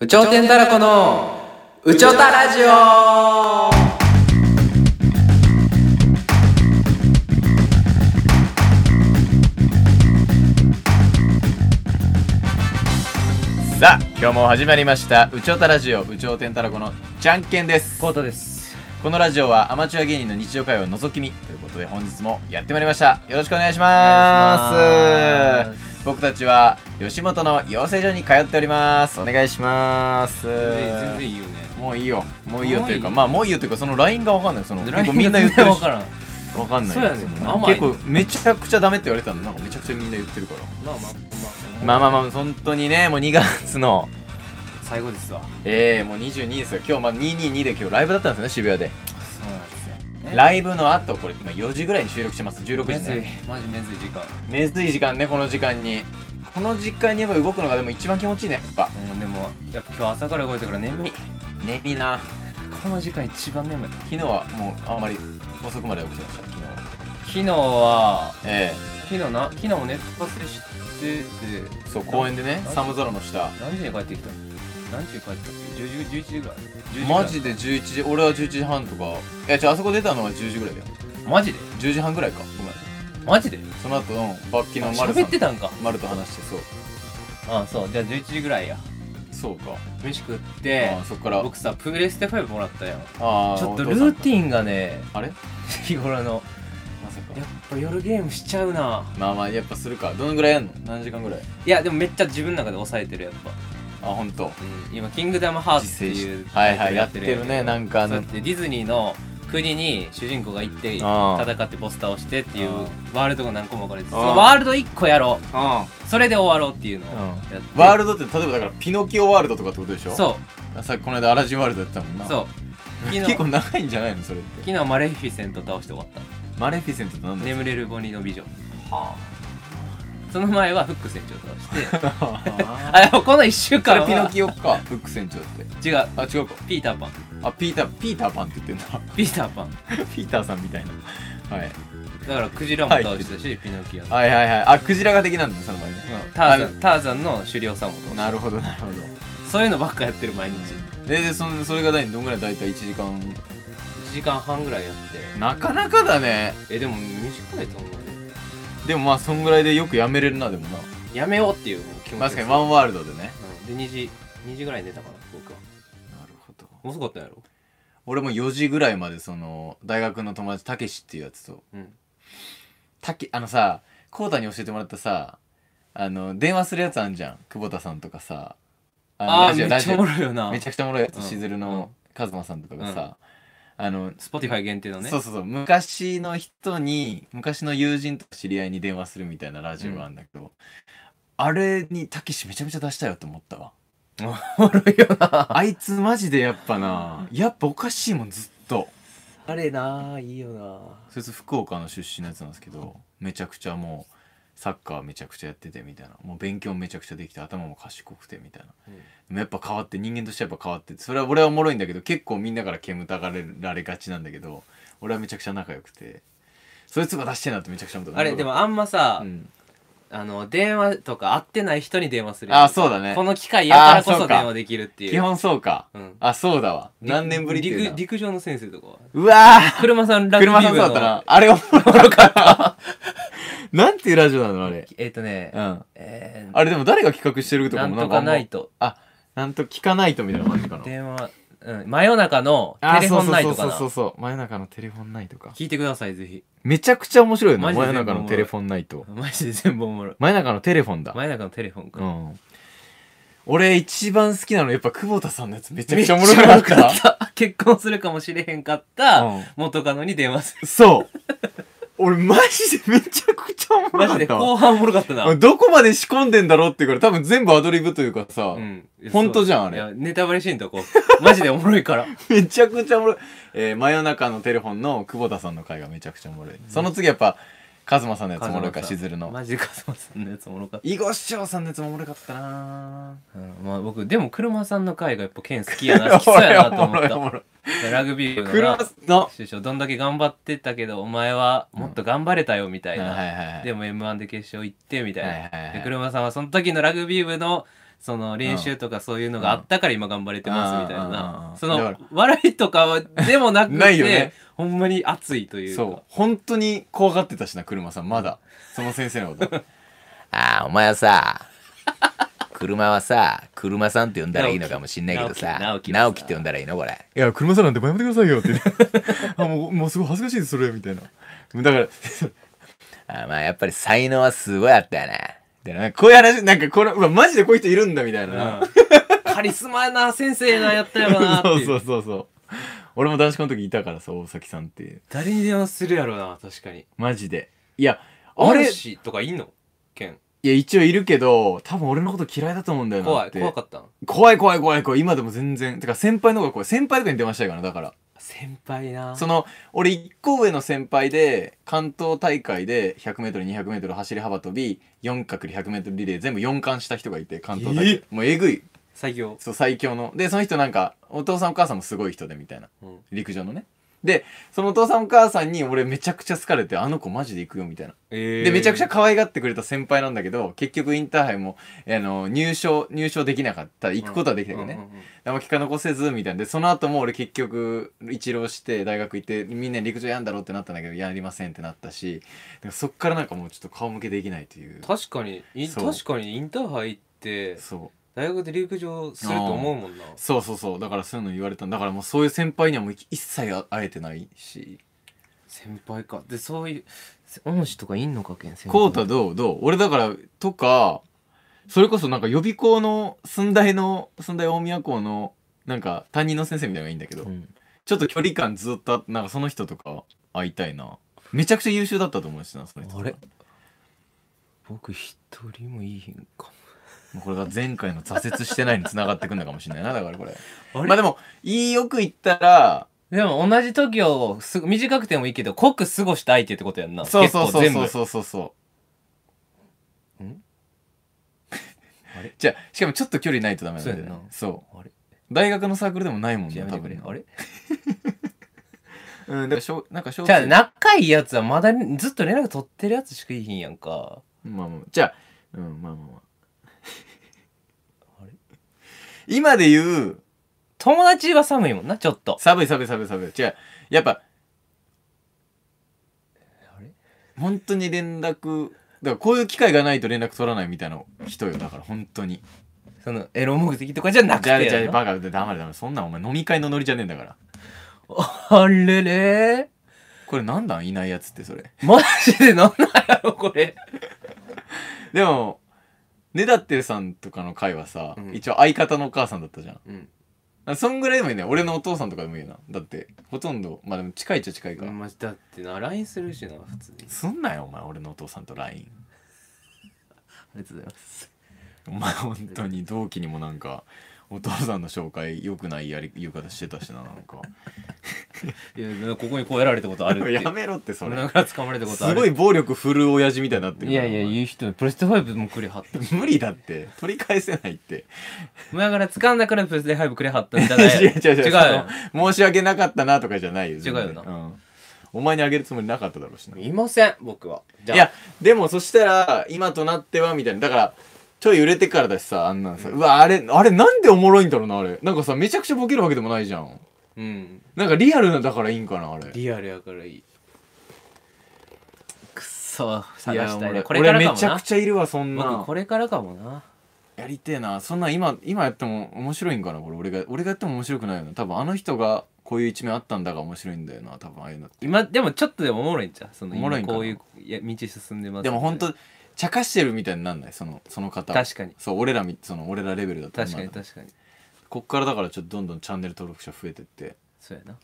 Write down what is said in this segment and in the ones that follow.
宇頂天たらこの宇宙たラジオさあ今日も始まりました「うちょうたラジオうちょうてんたらこのじゃんけん」ですコートですこのラジオはアマチュア芸人の日常会話を覗き見ということで本日もやってまいりましたよろしくお願いしますお願いします僕たちは吉本の養成所に通っておりますお願いします全然いいよねもういいよもういいよというもうかいいまあもういいよというかその LINE がわかんないその結構みんな言ってる分しからん わかんないそうやねんな甘い結構めちゃくちゃダメって言われてたのなんかめちゃくちゃみんな言ってるからまあまあままああまあまあ本当にねもう2月の最後ですわええもう22ですよ今日まあ222で今日ライブだったんですね渋谷でそうなんですよライブの後これ今4時ぐらいに収録してます16時ねマジめずい時間めずい時間ねこの時間にこの時間にやっぱ動くのがでも一番気持ちいいねやっぱうんでもやっぱ今日朝から動いたから眠い眠いなこの時間一番眠い昨日はもうあんまり遅くまで起きてました昨日は昨日はえ昨日な昨日もネット忘れしてえてそう公園でね何寒空の下何時に帰ってきたの何時に帰ってきたっけ10時11時ぐらい10時ぐらいマジで11時俺は11時半とかいやじゃああそこ出たのは10時ぐらいだよマジで10時半ぐらいかごめんマジでその後のバッキのあ丸さん喋ってたんか丸と話してそうあそうじゃあ11時ぐらいやそうか飯食ってああそっから僕さプレステ5もらったやんああちょっとルお父さんーティンがねあれ日頃のまさかやっぱ夜ゲームしちゃうなまあまあやっぱするかどのぐらいやんの何時間ぐらいいやでもめっちゃ自分の中で抑えてるやっぱ、あ本当。今「キングダムハーツ」っていうはいはいややっっててるるねやんなんかあそうやのってディズニーの国に主人公が行ってあ戦ってボス倒してっていうあワールドが何個も分かれててあそのワールド1個やろワうそれで終わろうっていうのをうんやってールドって例えばだからピノキオワールドとかってことでしょそうさっきこの間アラジンワールドやってたもんうなそう昨日 結構長いんじゃないのそれって昨日マレフィセント倒して終わったマレフィセントって何だよ眠れるボニーの美女 はその前はフック船長倒してああでもこの1週そ間れはピノキオかフック船長って違うあ違うかピーターパンあピーターピーターパンって言ってん だピーターパンピーターさんみたいなはいだからクジラも倒したし、ピノキオも、はいはいはいあクジラが的なんだその前ねうんターザンターザンの狩猟さんもな倒しるほどなるほどたそういうのばっかやってる毎日ででそのそれが何どんぐらい大体1時間1時間半ぐらいやってなかなかだねえでも短いと思うねでもまあそんぐらいでよくやめれるなでもなやめようっていう気持ち確かにワワンンワールドでねで2時2時ぐらいに寝たから僕はなるほど遅かったやろ俺も4時ぐらいまでその大学の友達たけしっていうやつとうんたけあのさこうたに教えてもらったさあの電話するやつあんじゃん久保田さんとかさああラジオーめっちゃおもラジろいよなオめちゃくちゃおもろいやつ、うんしずるの和馬さんとかがさ、あの Spotify 限定のねそうそうそう昔の人に昔の友人とか知り合いに電話するみたいなラジオがあるんだけど、あれにたけしめちゃめちゃ出したよと思ったわおもろいよなあいつマジでやっぱなやっぱおかしいもんずっとあれないいよなそいつ福岡の出身のやつなんですけどめちゃくちゃもうサッカーめちゃくちゃやっててみたいなもう勉強めちゃくちゃできて頭も賢くてみたいなでもやっぱ変わって人間としてやっぱ変わっててそれは俺はおもろいんだけど結構みんなから煙たがられがちなんだけど俺はめちゃくちゃ仲良くてそいつが出してんなってめちゃくちゃ思ったあれでもあんまさうんあの電話とか会ってない人に電話するやんあそうだねこの機会やからこあーそそうか電話できるっていう基本そうかうんあそうだわ何年ぶりっていう陸な陸上の先生とかはうわー車さんラグビ車さーん部そうだのったなあれおもろかった なんていうラジオなのあれえっ、とね、うんえーあれでも誰が企画してるとなかんもとかあんまナイトあなんと聞かないとみたいな感じかな電話、うん、真夜中のあテレフォンナイトかそうなそうそうそうそう真夜中のテレフォンナイトか聞いてくださいぜひめちゃくちゃ面白いよなマジ真で夜中のテレフォンナイトマジで全部おもろい真夜中のテレフォンだ真夜中のテレフォンか、うん俺一番好きなのやっぱ久保田さんのやつめちゃくちゃおもろかっためっちゃおもろかった 結婚するかもしれへんかった、うん元カノに電話するそう俺マジでめちゃくちゃおもろマかジっでたわ後半おもろかったなどこまで仕込んでんだろうっていうから多分全部アドリブというかさ、うんいや本当じゃんあれそういやネタバレシーンとこマジでおもろい からめちゃくちゃおもろい、えー真夜中のテレフォンの久保田さんの回がめちゃくちゃおもろい、その次やっぱカズマさんのやつおもろいからしずるのマジでカズマさんのやつおもろかった囲碁師匠さんのやつもおもろかったなうんまあ僕でも車さんの回がやっぱ剣好きやな好き そうやなと思おもっろいたラグビーおもろい部の車なの師匠どんだけ頑張ってたけどお前はもっと頑張れたよみたいはいはいな、はいでも m 1で決勝行ってみたいな、はいはいはいで車さんはその時のラグビー部のその練習とかそういうのがあったから今頑張れてますみたいうんうんうんうなんそだのか笑いとかはでもなくてないよねほんまに熱いというかそう本当に怖がってたしな車さんまだその先生のこと ああ、お前はさ、車はさ、車さんって呼んだらいいのかもしんないけどさ、直樹直直樹樹って呼んだらいいのこれ。いや車さんなんて前もってくださいよって あもうもうすごい恥ずかしいですそれみたいなだから ああまあやっぱり才能はすごいあったよね。でなんかこういう話なんかこのうわマジでこういう人いるんだみたいな、うんカリスマな先生なやったよなってい そううそうそうそう俺も男子校の時いたからさ大崎さんって誰に電話するやろな確かにマジでいやああれれいしとかいんのケンや一応いるけど多分俺のこと嫌いだと思うんだよな怖っいて怖かったん怖い怖い怖い怖い今でも全然てか先輩の方が怖い先輩とかに電話したいからなだから先輩なその俺1個上の先輩で関東大会で 100m200m 走り幅跳び 4×100m リレー全部4冠した人がいて関東大会、えもうえぐい作業そう最強のでその人なんかお父さんお母さんもすごい人でみたいなうん陸上のねでそのお父さんお母さんに俺めちゃくちゃ好かれてあの子マジで行くよみたいなえでめちゃくちゃ可愛がってくれた先輩なんだけど結局インターハイもあの入賞入賞できなかった行くことはできたけどね、うんうんうんうんあんま聞か残せずみたいなんでその後も俺結局一浪して大学行ってみんな陸上やんだろうってなったんだけどやりませんってなったしだからそっからなんかもうちょっと顔向けできないという確かにいそう確かにインターハイってそう大学で陸上すると思うもんなそうそうそうだからそういうの言われたんだからもうそういう先輩にはもう一切会えてないし先輩かでそういう恩師とかいんのかケン先コウタどうどう俺だからとかそれこそなんか予備校の寸大の寸大大宮校のなんか担任の先生みたいなのがいいんだけど、んちょっと距離感ずっとあなんかその人とか会いたいなめちゃくちゃ優秀だったと思うしなその人あれ僕一人もいいひんかもうこれが前回の挫折してないに繋がってくんだかもしれないなだからこれ あれまあでもいいよく言ったらでも同じ時をす短くてもいいけど濃く過ごした相手ってことやんなそうそうそう結構全そう部そうそうそうんあれ じゃあしかもちょっと距離ないとダメなんだよそうやねんなそうあれ大学のサークルでもないもんねやめ多てく分れねあれうんだからしょうなんか小じゃあ生仲いいやつはまだずっと連絡取ってるやつしかいいひんやんかまあまあじゃあうんまあまあまああれ今で言う友達は寒いもんなちょっと寒い寒い寒い寒い違うやっぱあれ本当に連絡だからこういう機会がないと連絡取らないみたいな人よだから本当にそのエロ目的とかじゃなくてじゃあじゃやあなバカで黙れ黙れそんなんお前飲み会のノリじゃねえんだからあれれこれなんだいないやつってそれマジでなんなんやろこれでもねだってるさんとかの会はさ、うん一応相方のお母さんだったじゃんうんあそんぐらいでもいいね俺のお父さんとかでもいいよなだってほとんどまあでも近いっちゃ近いから、まだってな LINE するしな普通にすんなよお前俺のお父さんと LINE ありがとうございますお前本当に同期にもなんかお父さんの紹介良くないやり言い方してたしななんかいやここにこう やられたことあるって やめろってそ俺れなんか掴まれたことあするごい暴力振る親父みたいになってるいやいやお前言う人プレステ5もくれはったし無理だって取り返せないってお前から掴んだからプレステ5くれはったんじゃ ない 違う違う違う違うよその申し訳なかったなとかじゃないよ全然違うよなうん、お前にあげるつもりなかっただろうしないません僕はじいやでもそしたら今となってはみたいなだからちょい売れてからだしさあんなんさ、うわあれあれなんでおもろいんだろうなあれなんかさめちゃくちゃボケるわけでもないじゃんうんなんかリアルなだからいいんかなあれリアルやからいいくっそい探やしたい俺ねこれから俺かめもちゃくなちゃいるわそんな僕これからかもなやりてえなそんなん今今やっても面白いんかなこれ俺が俺がやっても面白くないよな多分あの人がこういう一面あったんだが面白いんだよな多分ああいうのって今でもちょっとでもおもろいんちゃうそのおもろい今んかなこういういや道進んでますでも本当茶化してるみたいになんないそのその方は確かにそう俺らみその俺らレベルだと確かなんにだ確かにこっからだからちょっとどんどんチャンネル登録者増えてってそうやな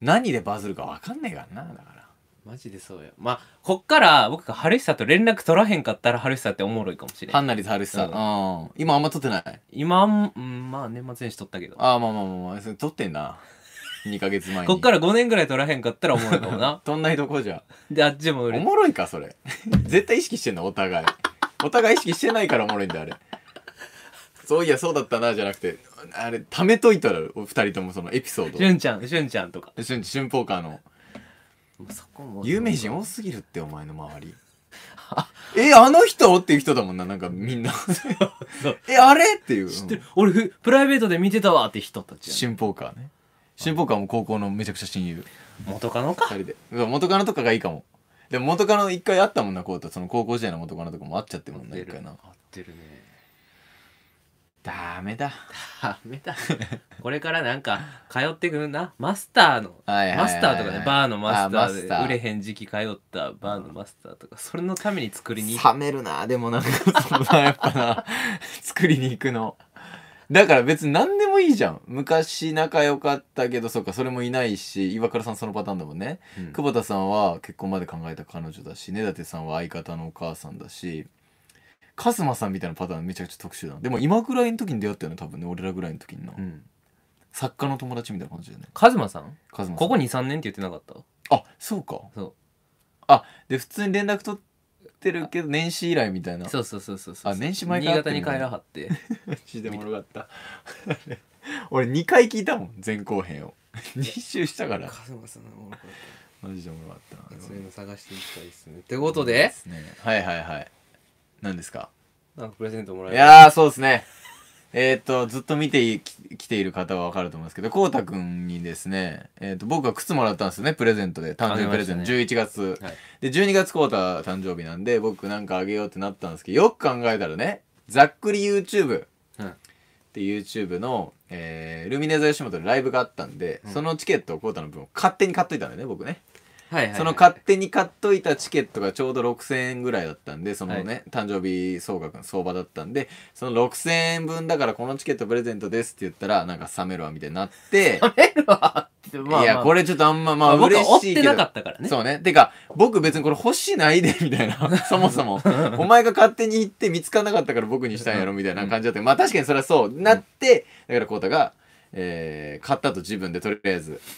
何でバズるか分かんねえからなだからマジでそうやまあこっから僕が春久と連絡取らへんかったら春久っておもろいかもしれんはんなりとはるしさん、うん今あんま撮ってない今あんうんまあ年末年始取ったけどああまあまあまあ、まあ、それ撮ってんな2ヶ月前にこっからら5年ぐらい取らへんかったらおもろいかもな撮んないとこじゃであっちも売おれもろいかそれ 絶対意識してんのお互いお互い意識してないからおもろいんだよあれそういやそうだったなじゃなくてあれ貯めといたらお二人ともそのエピソード俊ちゃん俊ちゃんとか春春ポーカーのそこも 有名人多すぎるってお前の周りえあの人っていう人だもんななんかみんなそうえあれっていう知ってる俺ふプライベートで見てたわって人たちや新ポーカーね新ポーカーも高校のめちゃくちゃ親友元カノ二か人でうわ元カノとかがいいかもでも元カノ一回会ったもんなこうとその高校時代の元カノとかも会っちゃってるもんな一回な合ってるねダメだダメだこれからなんか通ってくるなマスターのはいはいはいはいマスターとかねバーのマスタあマスターーで売れへん時期通ったバーのマスターとかそれのために作りに行っ冷めるなでもなんかそのなやっぱな 作りに行くのだから別に何でもいいじゃん昔仲良かったけどそっかそれもいないし岩倉さんそのパターンだもんね、うん久保田さんは結婚まで考えた彼女だし根建さんは相方のお母さんだしカスマさんみたいなパターンめちゃくちゃ特殊だなでも今ぐらいの時に出会ったよね多分ね俺らぐらいの時にな、うん作家の友達みたいな感じだよねカズマさんカズマさこんこ23年って言ってなかったあそうかそうで普通に連絡取ってるけど年始以来みたいなそうそうそうそうそうあ年始前か新ら会っ潟てるにんだ帰らは ってマジでおもろかった 俺2回聞いたもん前後編を2周したからカズマさんおもろかっマジでおもろかったたなそういうの探していきたいですねってとことではいはいはい何ですかなんかプレゼントもらいえるやーそうですねえーっとずっと見ていき来ている方は分かると思うんですけどこうたくんにですね、えーっと僕は靴もらったんですよねプレゼントで誕生日プレゼント、あげ11月、はいで12月こうた誕生日なんで僕なんかあげようってなったんですけどよく考えたらねざっくり YouTube うんって YouTube の、えールミネーザ吉本でライブがあったんで、うんそのチケットをコウタの分を勝手に買っといたんだよね僕ね、はいはいはいその勝手に買っといたチケットがちょうど6000円ぐらいだったんでそのね、は誕生日総額の相場だったんでその6000円分だからこのチケットプレゼントですって言ったらなんか冷めるわみたいに なって、で まあまあいやこれちょっとあんまままああ僕は嬉しいけど、追ってなかったからねそうねてか僕別にこれ欲しないで みたいなそもそもお前が勝手に行って見つからなかったから僕にしたんやろみたいな感じだった、まあ確かにそれはそうなって、だからこうたが、えー買ったと自分でとりあえず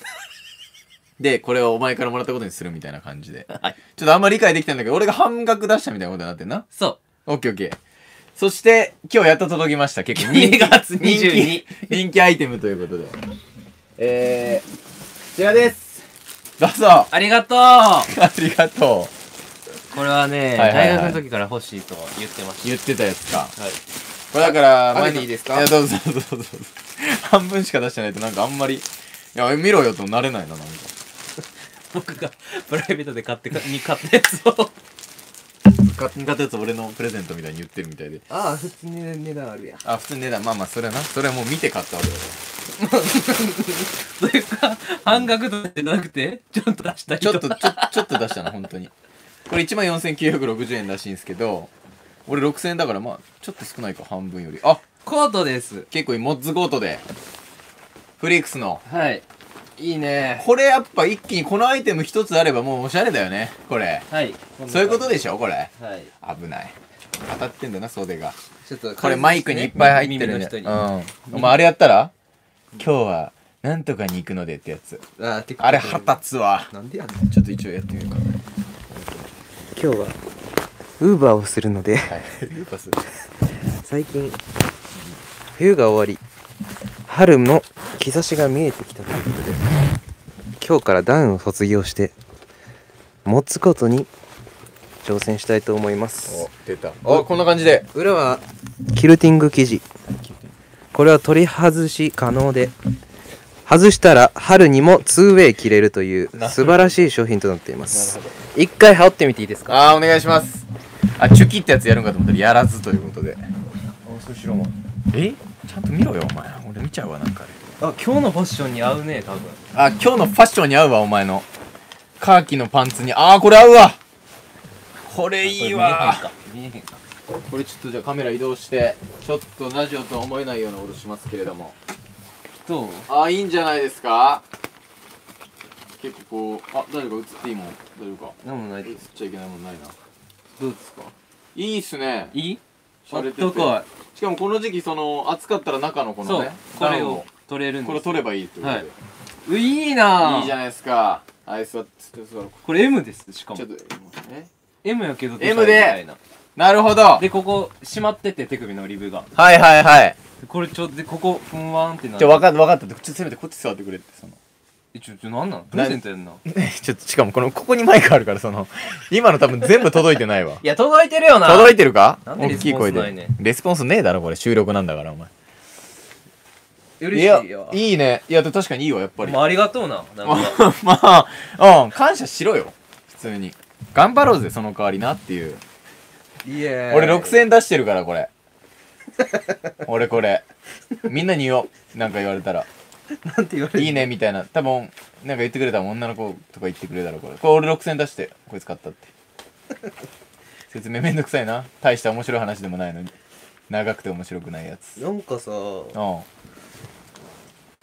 でこれをお前からもらったことにするみたいな感じで、はいちょっとあんまり理解できたんだけど俺が半額出したみたいなことになってんなそうオッケーオッケーそして今日やっと届きました結構 人気2月人22気人気アイテムということでえー、こちらですどう ぞありがとうありがとう。これはね、はいはいはい大学の時から欲しいと言ってまし言ってたやつか。たはいこれだから、あ前開けていにいですかいや、どうぞどうぞどうぞ。半分しか出してないと、なんかあんまり、いや、見ろよとなれないな、なんか。僕が プライベートで買ってかに買ったやつを勝手に買ったやつ俺のプレゼントみたいに言ってるみたいで。ああ普通に値段あるやんあ、普通に値段、まあまあ、それはな。それはもう見て買ったわけだ かというか半額とかじゃなくてちょっと出したらりちょかっと、ちょ、ちょっと出したな、本当に。これ14,960円らしいんですけど、俺6,000円だから、まあ、ちょっと少ないか、半分より。あ、コートです結構いい、モッズゴートで。フリークスの。はいいいねこれやっぱ一気にこのアイテム一つあればもうおしゃれだよね、これ。はいそういうことででしょこれはい危ない当たってんだな袖がちょっとこれマイクにいっぱい入って耳るねの人にうんお前あれやったら今日はなんとかに行くのでってやつあーあれ腹立つわなんでやねんちょっと一応やってみようか今日はウーバーをするのではいパス最近冬が終わり春の兆しが見えてきたということで今日からダウンを卒業して持つことに挑戦したいと思いますお出たおこんな感じで裏はキルティング生地これは取り外し可能で外したら春にも 2way 着れるという素晴らしい商品となっています一回羽織ってみていいですかあーお願いしますあチュキってやつやるんかと思ったらやらずということで後ろもえちゃんと見ろよお前俺見ちゃうわなんかあれあ今日のファッションに合うね多分あ今日のファッションに合うわお前のカーキのパンツにあーこれ合うわこれいいわ見えへんか見えへんかこれちょっとじゃあカメラ移動してちょっとラジオとは思えないような音しますけれどもどうああいいんじゃないですか結構こうあ誰か映っていいもん大丈夫かなんもない映っですちゃいけないもんないなどうですかいいっすねいい洒あ落っててたかしかもこの時期その暑かったら中のこいのそうねこれ暖を取れるんですこれ取ればいいってことで、はいれいいないいじゃないですかあい座って座ろうこれ M ですしかちょもっとえ M やけど M でみたいななるほどでここ締まってて手首のリブがはいはいはいでこれちょっとでここふんわーんってなじるゃあ分かった分かったちょっとせめてこっち座ってくれってそのえちょちょなんなんプレゼントやんな ちょっとしかもこのここにマイクあるからその今の多分全部届いてないわいや届いてるよな届いてるかなんで大レスきいポン声スないねでレスポンスねえだろこれ収録なんだからお前嬉しいよいいねいやでも確かにいいわやっぱりもうありがとうななんか まあうん感謝しろよ普通に頑張ろうぜその代わりなっていういえ俺6000円出してるからこれ俺これみんなに言おうなんか言われたらなんて言われるいいねみたいな多分なんか言ってくれたら女の子とか言ってくれたろこれこれ俺6000出してこいつ買ったって 説明めんどくさいな大した面白い話でもないのに長くて面白くないやつなんかさうんな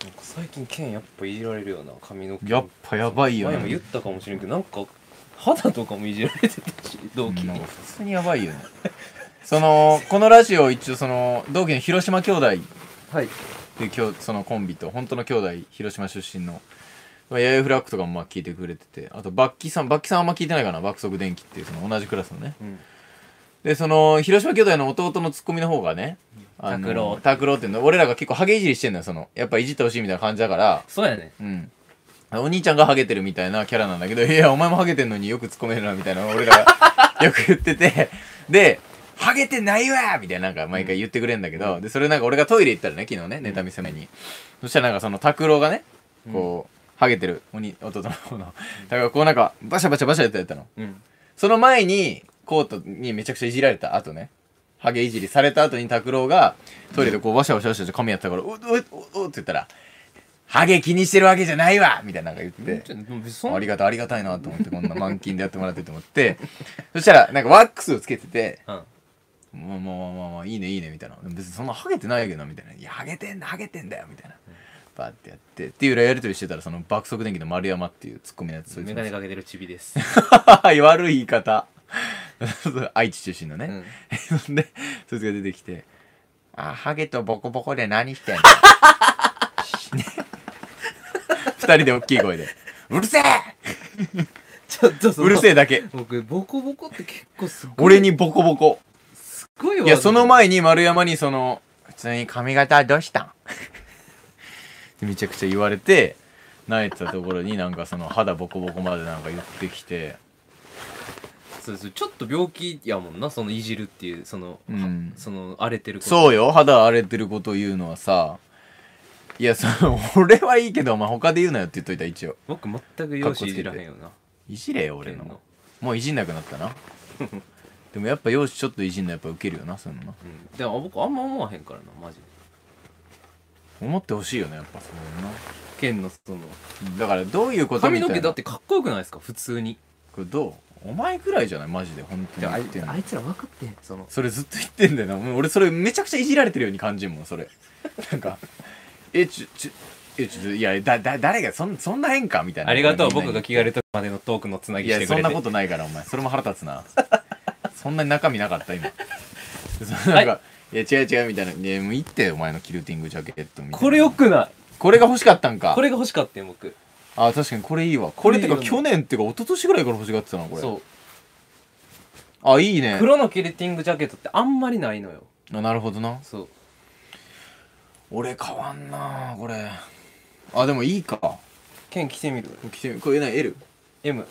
んか最近剣やっぱいじられるよな髪の毛やっぱやばいよ前も言っねたかもしれんけどなんか肌とかもいじられてたし同期なんにか普通にやばいよねそのこのラジオ一応その同期の広島兄弟っはいていうきょうそのコンビと本当の兄弟広島出身のまあ弥生フラッグとかもまあ聞いてくれててあとバッキーさんバッキーさんあんま聞いてないかな爆速電気っていうその同じクラスのねうんでその広島兄弟の弟のツッコミの方がねあの拓郎拓郎っていうの俺らが結構ハゲいじりしてんのよそのやっぱいじってほしいみたいな感じだからそうやねうんお兄ちゃんがハゲてるみたいなキャラなんだけど「いやお前もハゲてんのによくツッコめるな」みたいなの俺らがよく言っててで「ハゲてないわ!」みたいななんか毎回言ってくれんだけど、でそれなんか俺がトイレ行ったらね昨日ねネタ見せ目に、そしたらなんかその拓郎がねこう、ハゲてるおに弟の方のだからこうなんかバシャバシャバシャやってやったのうんその前に、コートにめちゃくちゃいじられた後ね、ハゲいじりされた後に拓郎が、トイレでこう、わしゃわしゃわしゃって髪やってたから、うおうおうおうって言ったら、ハゲ気にしてるわけじゃないわみたいななんか言ってちょ、もう別にそんなありがたいありがたいなと思って、こんな満勤でやってもらってと思って、そしたら、なんかワックスをつけてて、うんまあまあまあまあまあいいねいいねみたいなでも別にそんなハゲてないけどみたいな「いやハゲてんだハゲてんだよ」みたいなバーってやってっていうやり取りしてたらその爆速電気の丸山っていうツッコミのやつそいつメもガネかけてるチビです。 悪い言い方愛知出身のうね、ん でそいつが出てきて「あハゲとボコボコで 何してんの?ね」二人で大きい声で「うるせえ ちょっとそのうるせえだけ僕ボコボコって結構すごい俺にボコボコ」すごいわいやその前に丸山にその「普通に髪型どうしたん? 」ってめちゃくちゃ言われて泣いてたところになんかその肌ボコボコまでなんか言ってきてそうそうちょっと病気やもんなそのいじるっていうその、うんはその荒れてることそうよ肌荒れてることを言うのはさいやその 俺はいいけどお前他で言うなよって言っといた一応僕全く容姿いじらへんよないじれよ俺俺ののもういじんなくなったな でもやっぱ容姿ちょっといじんのやっぱウケるよなそういうのなうん、でも僕あんま思わへんからなマジで思ってほしいよねやっぱそう剣のそのいうのなだからどういうこと髪みたいのな毛だってかっこよくないですか普通にこれどうお前くらいじゃないマジで本当に言ってんのつら分かってんそのそれずっと言ってんだよなもう俺それめちゃくちゃいじられてるように感じるもんそれ なんかえちょちょえちょいやだだ誰がそんそんな変かみたいなありがとうみんな僕にが着替えるとこまでのトークのつなぎいしてくやれてそんなことないからお前それも腹立つなそんなに中身なか った今そはのないんか、い、や違う違うみたいないやもういいってよお前のキルティングジャケットみたいなこれよくないこれが欲しかったんかこれが欲しかったよ僕あ確かにこれいいわこれってかこれいいよ去年ってか一昨年ぐらいから欲しがってたなこれそうあいいね黒のキルティングジャケットってあんまりないのよあなるほどなそう俺変わんなこれあでもいいか剣着てみる着てみこれない LM M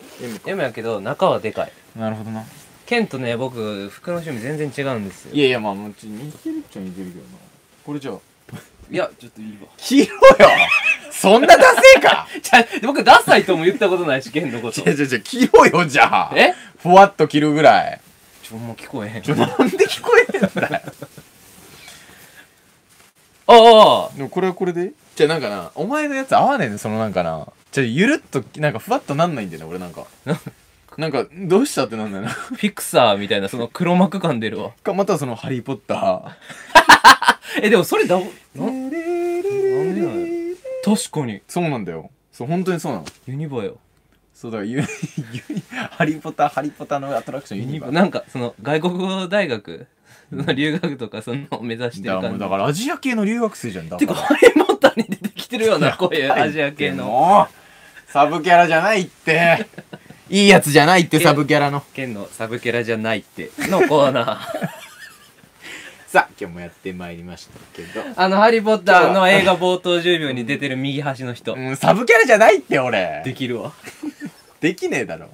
M やけど中はでかいなるほどなケンとね僕服の趣味全然違うんですよいやいやまあもうち似てるっちゃ似てるけどなこれじゃあいやちょっといいわ 黄色よ そんなダセえかじゃ僕ダサいとも言ったことないしケンのこと 違う違う違う、着ろよ、じゃあ。えふわっと着るぐらい。ちょもう聞こえへんちょ、なんで聞こえへんだよ。ああでもこれはこれでじゃあなんかな、お前のやつ合わねえねそのなんかな。ちょ、ゆるっと、なんかふわっとなんないんだよね、俺なん か。なんか、どうしたってなんだよな。フィクサーみたいなその黒幕感出るわか、またはその、ハリーポッタえでもそれだなー。なんでな確かにそうなんだよ。そう、本当にそうなの。ユニバよそうだから、 ユニ、ユニ、ハリーポッター、ハリーポッターのアトラクションユニバー。なんかその外国語大学の留学とかその目指してだるか感らもう、じだからアジア系の留学生じゃん、だてかハリー・ポッターに出てきてるようなこういうアジア系ののサブキャラじゃない っていいやつじゃないってサブキャラの剣のサブキャラじゃないってのコーナーさあ今日もやってまいりましたけど あの、ハリーポッターの映画冒頭10秒に出てる右端の人。うんサブキャラじゃないって俺できるわ。できねえだろ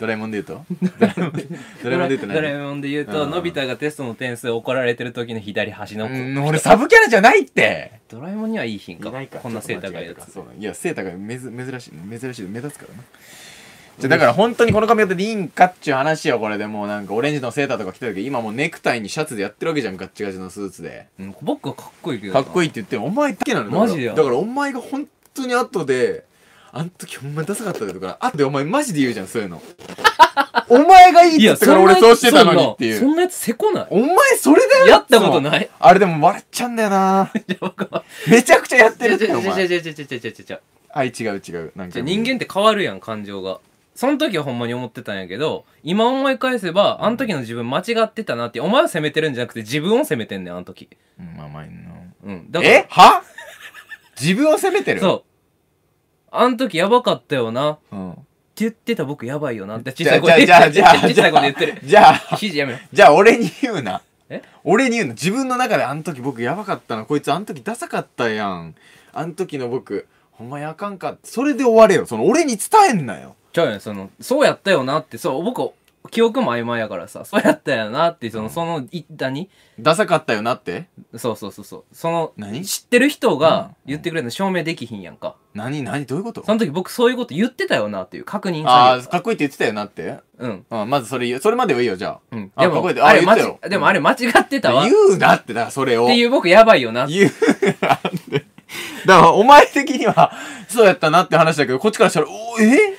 ドラえもんで言うとドラえもんでドラえもんで言うとドラえ何もんで言ううと、んのび太がテストの点数怒られてる時の左端の子。うん俺サブキャラじゃないってドラえもんにはいい品か。いないかこんな背高いやちょっと間違えたかつそ。うだいや背高いめず珍しい珍しい目立つからなじゃあだから本当にこの髪型でいいんかっちゅう話よこれでもうなんかオレンジのセーターとか着てるけど今もうネクタイにシャツでやってるわけじゃんガッチガチのスーツでうん僕はかっこいいけどかっこいい。いいって言ってお前だけなのマジでだからだからお前が本当に後であん時ほんまダサかったでとか後でお前マジで言うじゃんそういうの お前がいいってい言っや、たからそんな俺そうしてたのにそんなっていそうんなやつせこない。お前それだよやったことないいつもあれでも笑っちゃうんだ よなめちゃくちゃやってるってお前じゃじゃじゃじゃじゃじゃじゃあ違う違うなんかじゃ人間って変わるやん感情がその時はほんまに思ってたんやけど今思い返せばあの時の自分間違ってたなってお前を責めてるんじゃなくて自分を責めてんねんあの時うんまあまあいいなうんだからえは自分を責めてるそうあの時やばかったよなってう、ん、言ってた僕やばいよなって小じさゃいあじ声ゃあでじゃ言あじっゃてある小さい声で言ってるじゃあ指示やめろじゃあ俺に言うなえ俺に言うな自分の中であの時僕やばかったなこいつあの時ダサかったやんあの時の僕ほんまやかんかそれで終われよその俺に伝えんなよちゃうやんそのそうやったよなってそう僕記憶も曖昧やからさそうやったよなってそのその一旦にダサかったよなってそうそうそうそうその何知ってる人がうん言ってくれるの証明できひんやんか、何何どういうことその時僕そういうこと言ってたよなっていう確認ああさかっこいいって言ってたよなって、れる。うん。うん、まずそれ言うそれまではいいよじゃあ、うん。あでかっこいいっても、ああれ言っ間て違よ、でもあれ間違ってたわ。っ言うなってだからそれをていう僕やばいよな。言うなんでだからお前的にはそうやったなって話だけどこっちからしたら「おえ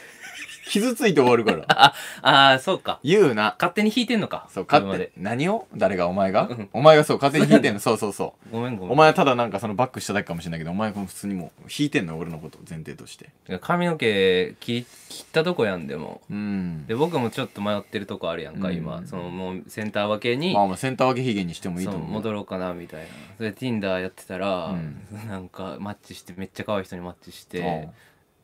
傷ついて終わるからあ、あー、そうか。言うな勝手に引いてんのか。そう車勝手で。何を誰がお前がうんお前がそう勝手に引いてんのそうそうそうごめんごめん。お前はただなんかそのバックしただけかもしれないけどお前は普通にもう引いてんの俺のこと前提として髪の毛切切ったとこやんでも。うんで、僕もちょっと迷ってるとこあるやんか、うん今。そのもうセンター分けにま、あまあセンター分けヒゲにしてもいいそとう思う戻ろうかなみたいな。それ Tinder やってたら、うんなんかマッチして、めっちゃ可愛い人にマッチして、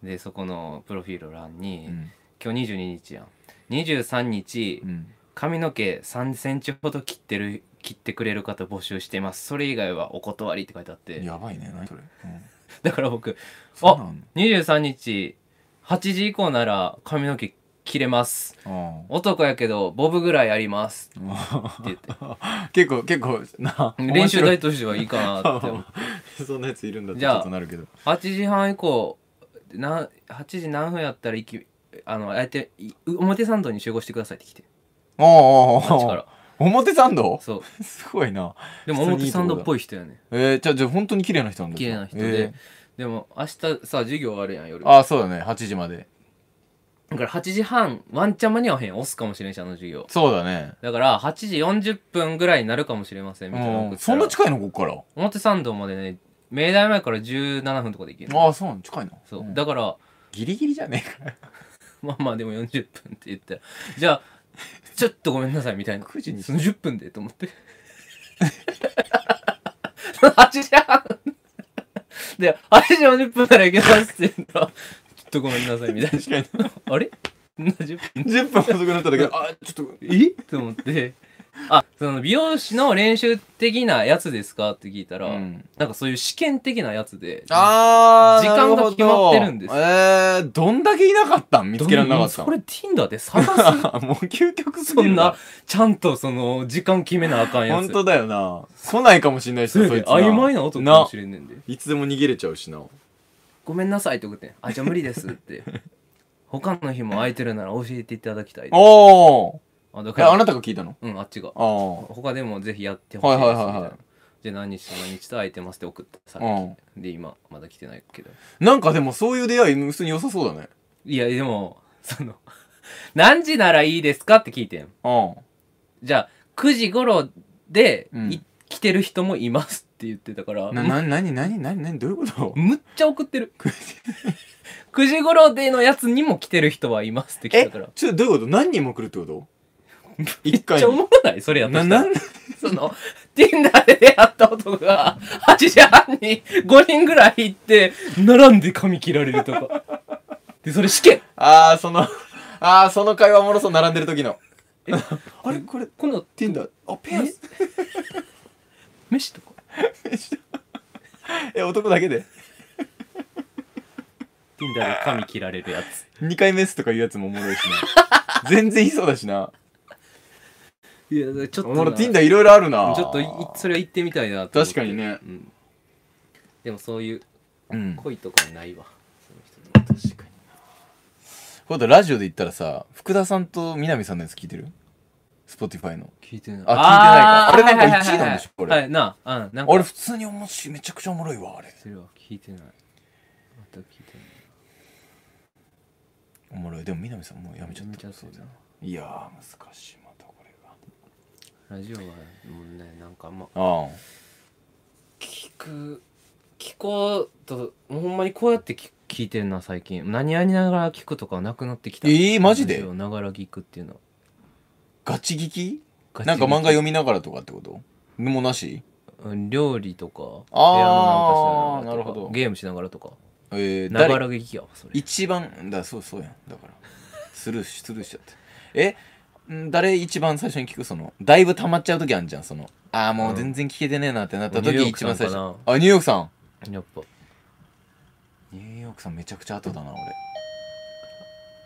で、そこのプロフィール欄に、うん今日22日やん。23日、うん髪の毛3センチほど切ってる切ってくれる方募集していますそれ以外はお断りって書いてあってやばいね何それうんだから僕そうなの23日8時以降なら髪の毛切れますうん男やけどボブぐらいありますって言って 結構結構な練習面白い代としてはいいかな って思うそんなやついるんだってじちゃあょっとなるけど8時半以降な8時何分やったら行きあのあえてい表参道に集合してくださいって 来ておうおうあっちおかうら表参道そうすごいなでも普通に表いいとこ参だ道っぽい人やねえー、じゃあじゃあ本当に綺麗な人なんだ綺麗な人えで、でも明日さ授業あるやん夜ーああそうだね8時までだから8時半ワンチャン間に合わへん押すかもしれんしあの授業そうだねだから8時40分ぐらいになるかもしれませんみたいな送うっんたそらんな近いのこっから表参道までね明大前から17分とかで行けるああそうなの近いのそう、んだからギリギリじゃねえかよまあまあでも40分って言ったらじゃあちょっとごめんなさいみたいな9時にその10分でと思って 8時半で8時40分なら行けますって言ったらちょっとごめんなさいみたいな確かにあれ70分 10分遅くなっただけであーちょっとえと思ってあその美容師の練習的なやつですかって聞いたら、うんなんかそういう試験的なやつであー時間がなるほど決まってるんですえー、どんだけいなかったん見どつんけられなかったんそれ Tinder で探す もう究極すそぎるんなちゃんとその時間決めなあかんや本つ当だよな来ないかもしんないしそうなやでそいつな曖昧な男かもしれんねんでいつでも逃げれちゃうしなごめんなさいって送ってんあじゃあ無理ですって他の日も空いてるなら教えていただきたいおおあだかえらあなたが聞いたのうんあっちがああ他でもぜひやってほしいですみたいな、じゃあ何日と何日と空いてますって送ったさっき、うで今まだ来てないけどなんかでもそういう出会い普通に良さそうだねいや、でも、その、 何時ならいいですかって聞いてん。うんじゃあ、9時頃で、うんい来てる人もいますって言ってたから、な、むな、なになになになにどういうことむっちゃ送ってる。9時頃でのやつにも来てる人はいますって来えたから。ちょっとどういうこと何人も来るってこと一めっ回ちゃに思わないそれやったな、らな。ん、その、Tinder で出会った男が、8時半に5人ぐらい行って、並んで髪切られるとか。で、それ試験ああ、その、あ あ、その会話おも ろそう並んでる時の。あれこれ、この Tinder。あ、ペア飯とかえ男だけで Tinder で髪切られるやつ2回メスとかいうやつもおもろいし な全然いそうだしないやちょっおともろな Tinder いろいろあるなちょっといそれは行ってみたいなと思って確かにねうんでもそういううん恋とかないわその人の確かに今度ラジオで言ったらさ福田さんと南さんのやつ聞いてる Spotify の聞いてないあ聞いてないかあれなんかー1位なんでしょこれ、はいはいはいはいなあうんなんかあれ普通に面白いめちゃくちゃおもろいわあれそれは聞いてないまた聞いてないおもろいでも南さんもうやめちゃったやめちゃったよないやー難しいまたこれがラジオはもうねなんかあんまあ聞く聞こうともうほんまにこうやって聞聞いてるな最近何やりながら聞くとかはなくなってきたえーマジでラオながら聞くっていうのはあガチ聞きガチなんか漫画読みながらとかってこともうなしうん料理とかあー部屋のなんかしながらとかなるほどゲームしながらとかえー、なが誰ら聞きやわそれ一番だそうそうやんだからスルーしスルーしちゃってえん誰一番最初に聞くそのだいぶ溜まっちゃう時あんじゃんそのああもう全然聞けてねえなってなったニュー時ヨーク一さん番最初かなあニューヨークさんやっぱニューヨークさんめちゃくちゃ後だな俺あ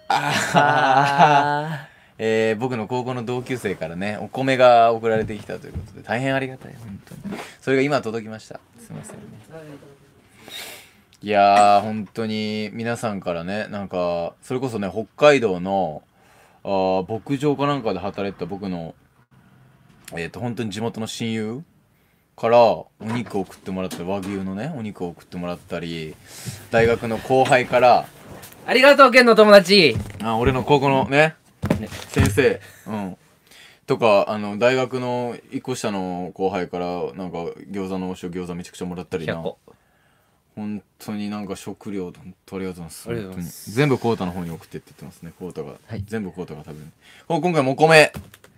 ああえー僕の高校の同級生からねお米が送られてきたということで大変ありがたい本当にそれが今届きましたすいませんねいやー本当に皆さんからねなんかそれこそね北海道のあー牧場かなんかで働いてた僕のえっ、と本当に地元の親友からお肉を送ってもらったり和牛のねお肉を送ってもらったり大学の後輩からありがとう県の友達あ俺の高校のねね先生うんとかあの大学の一個下の後輩からなんか餃子の王将餃子めちゃくちゃもらったりな100個本当になんか食料本当ありがとうございますありがとうございま本当に全部コータの方に送ってって言ってますねコータが、はい全部コータが食べるこ今回もお米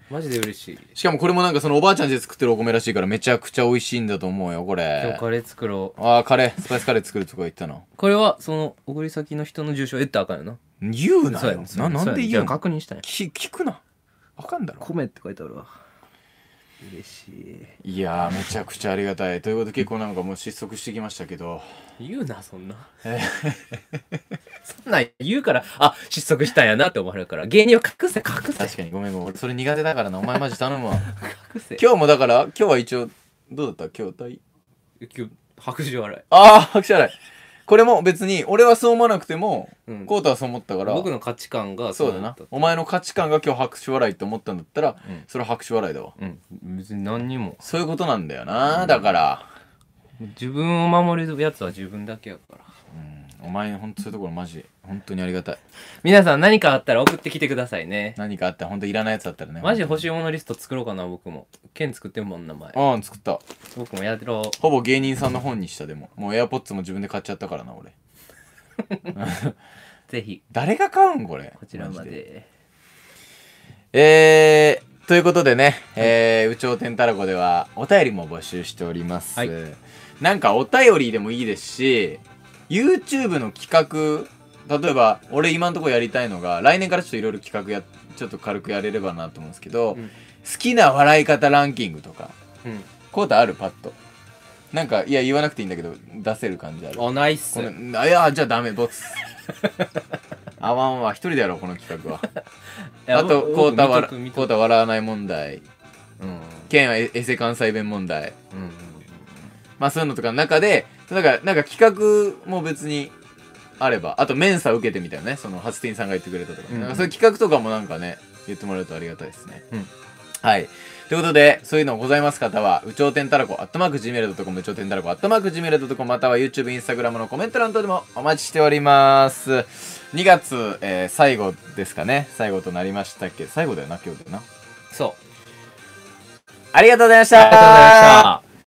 マジで嬉しいしかもこれもなんかそのおばあちゃんちで作ってるお米らしいからめちゃくちゃ美味しいんだと思うよこ今日れカレー作ろうあーカレースパイスカレー作るとか言ったのこれはその送り先の人の住所言ったらあかんよな言うなそうやよねななんでじゃあ言うの確認したんやき聞くなあかんだろ米って書いてあるわ嬉しいいやーめちゃくちゃありがたいということで結構なんかもう失速してきましたけど言うなそんなえそんなん言うからあ失速したんやなって思われるから芸人は隠せ隠せ確かにごめんごめん俺それ苦手だからなお前マジ頼むわ隠せ 今日もだから今日は一応どうだった今日大今日白状笑いああ拍手洗いこれも別に俺はそう思わなくてもうんコータはそう思ったから僕の価値観がそうだなったお前の価値観が今日拍手笑いって思ったんだったら、うんそれは拍手笑いだわうん別に何にもそういうことなんだよな、だから、自分を守るやつは自分だけやからうん、お前ほんとそういうところマジ本当にありがたい皆さん何かあったら送ってきてくださいね何かあったらほんといらないやつだったらねマジ欲しいものリスト作ろうかな僕も剣作ってんもん名前うん作った僕もやろほぼ芸人さんの本にしたでももう AirPods も自分で買っちゃったからな俺うぜひ誰が買うんこれこちらまマジでえー、ということでね、えー、宇宙天たらこではお便りも募集しております、はいなんかお便りでもいいですし YouTube の企画例えば俺今のところやりたいのが来年からちょっといろいろ企画やちょっと軽くやれればなと思うんですけど、うん好きな笑い方ランキングとかうんコータあるパッとなんかいや言わなくていいんだけど出せる感じあるおナイスこのあいやじゃあダメボツ あわんわ一人でやろうこの企画はあとコータわらコータ笑わない問う題ん県はエエセ関西弁問題うんまあそういうのとかの中でだからなんか企画も別にあればあとメンサ受けてみたいなねその初ンさんが言ってくれたとか,、うんなんかそういう企画とかもなんかね言ってもらえるとありがたいですね、うんはいということでそういうのございます方は「うちょうてんたらこ」「アットマーク Gmail.com」「うちょうてんたらこ」「アットマーク Gmail.com」または YouTube、Instagram のコメント欄等でもお待ちしております2月、えー最後ですかね最後となりましたっけ最後だよな今日だよなそうありがとうございましたありがとうございました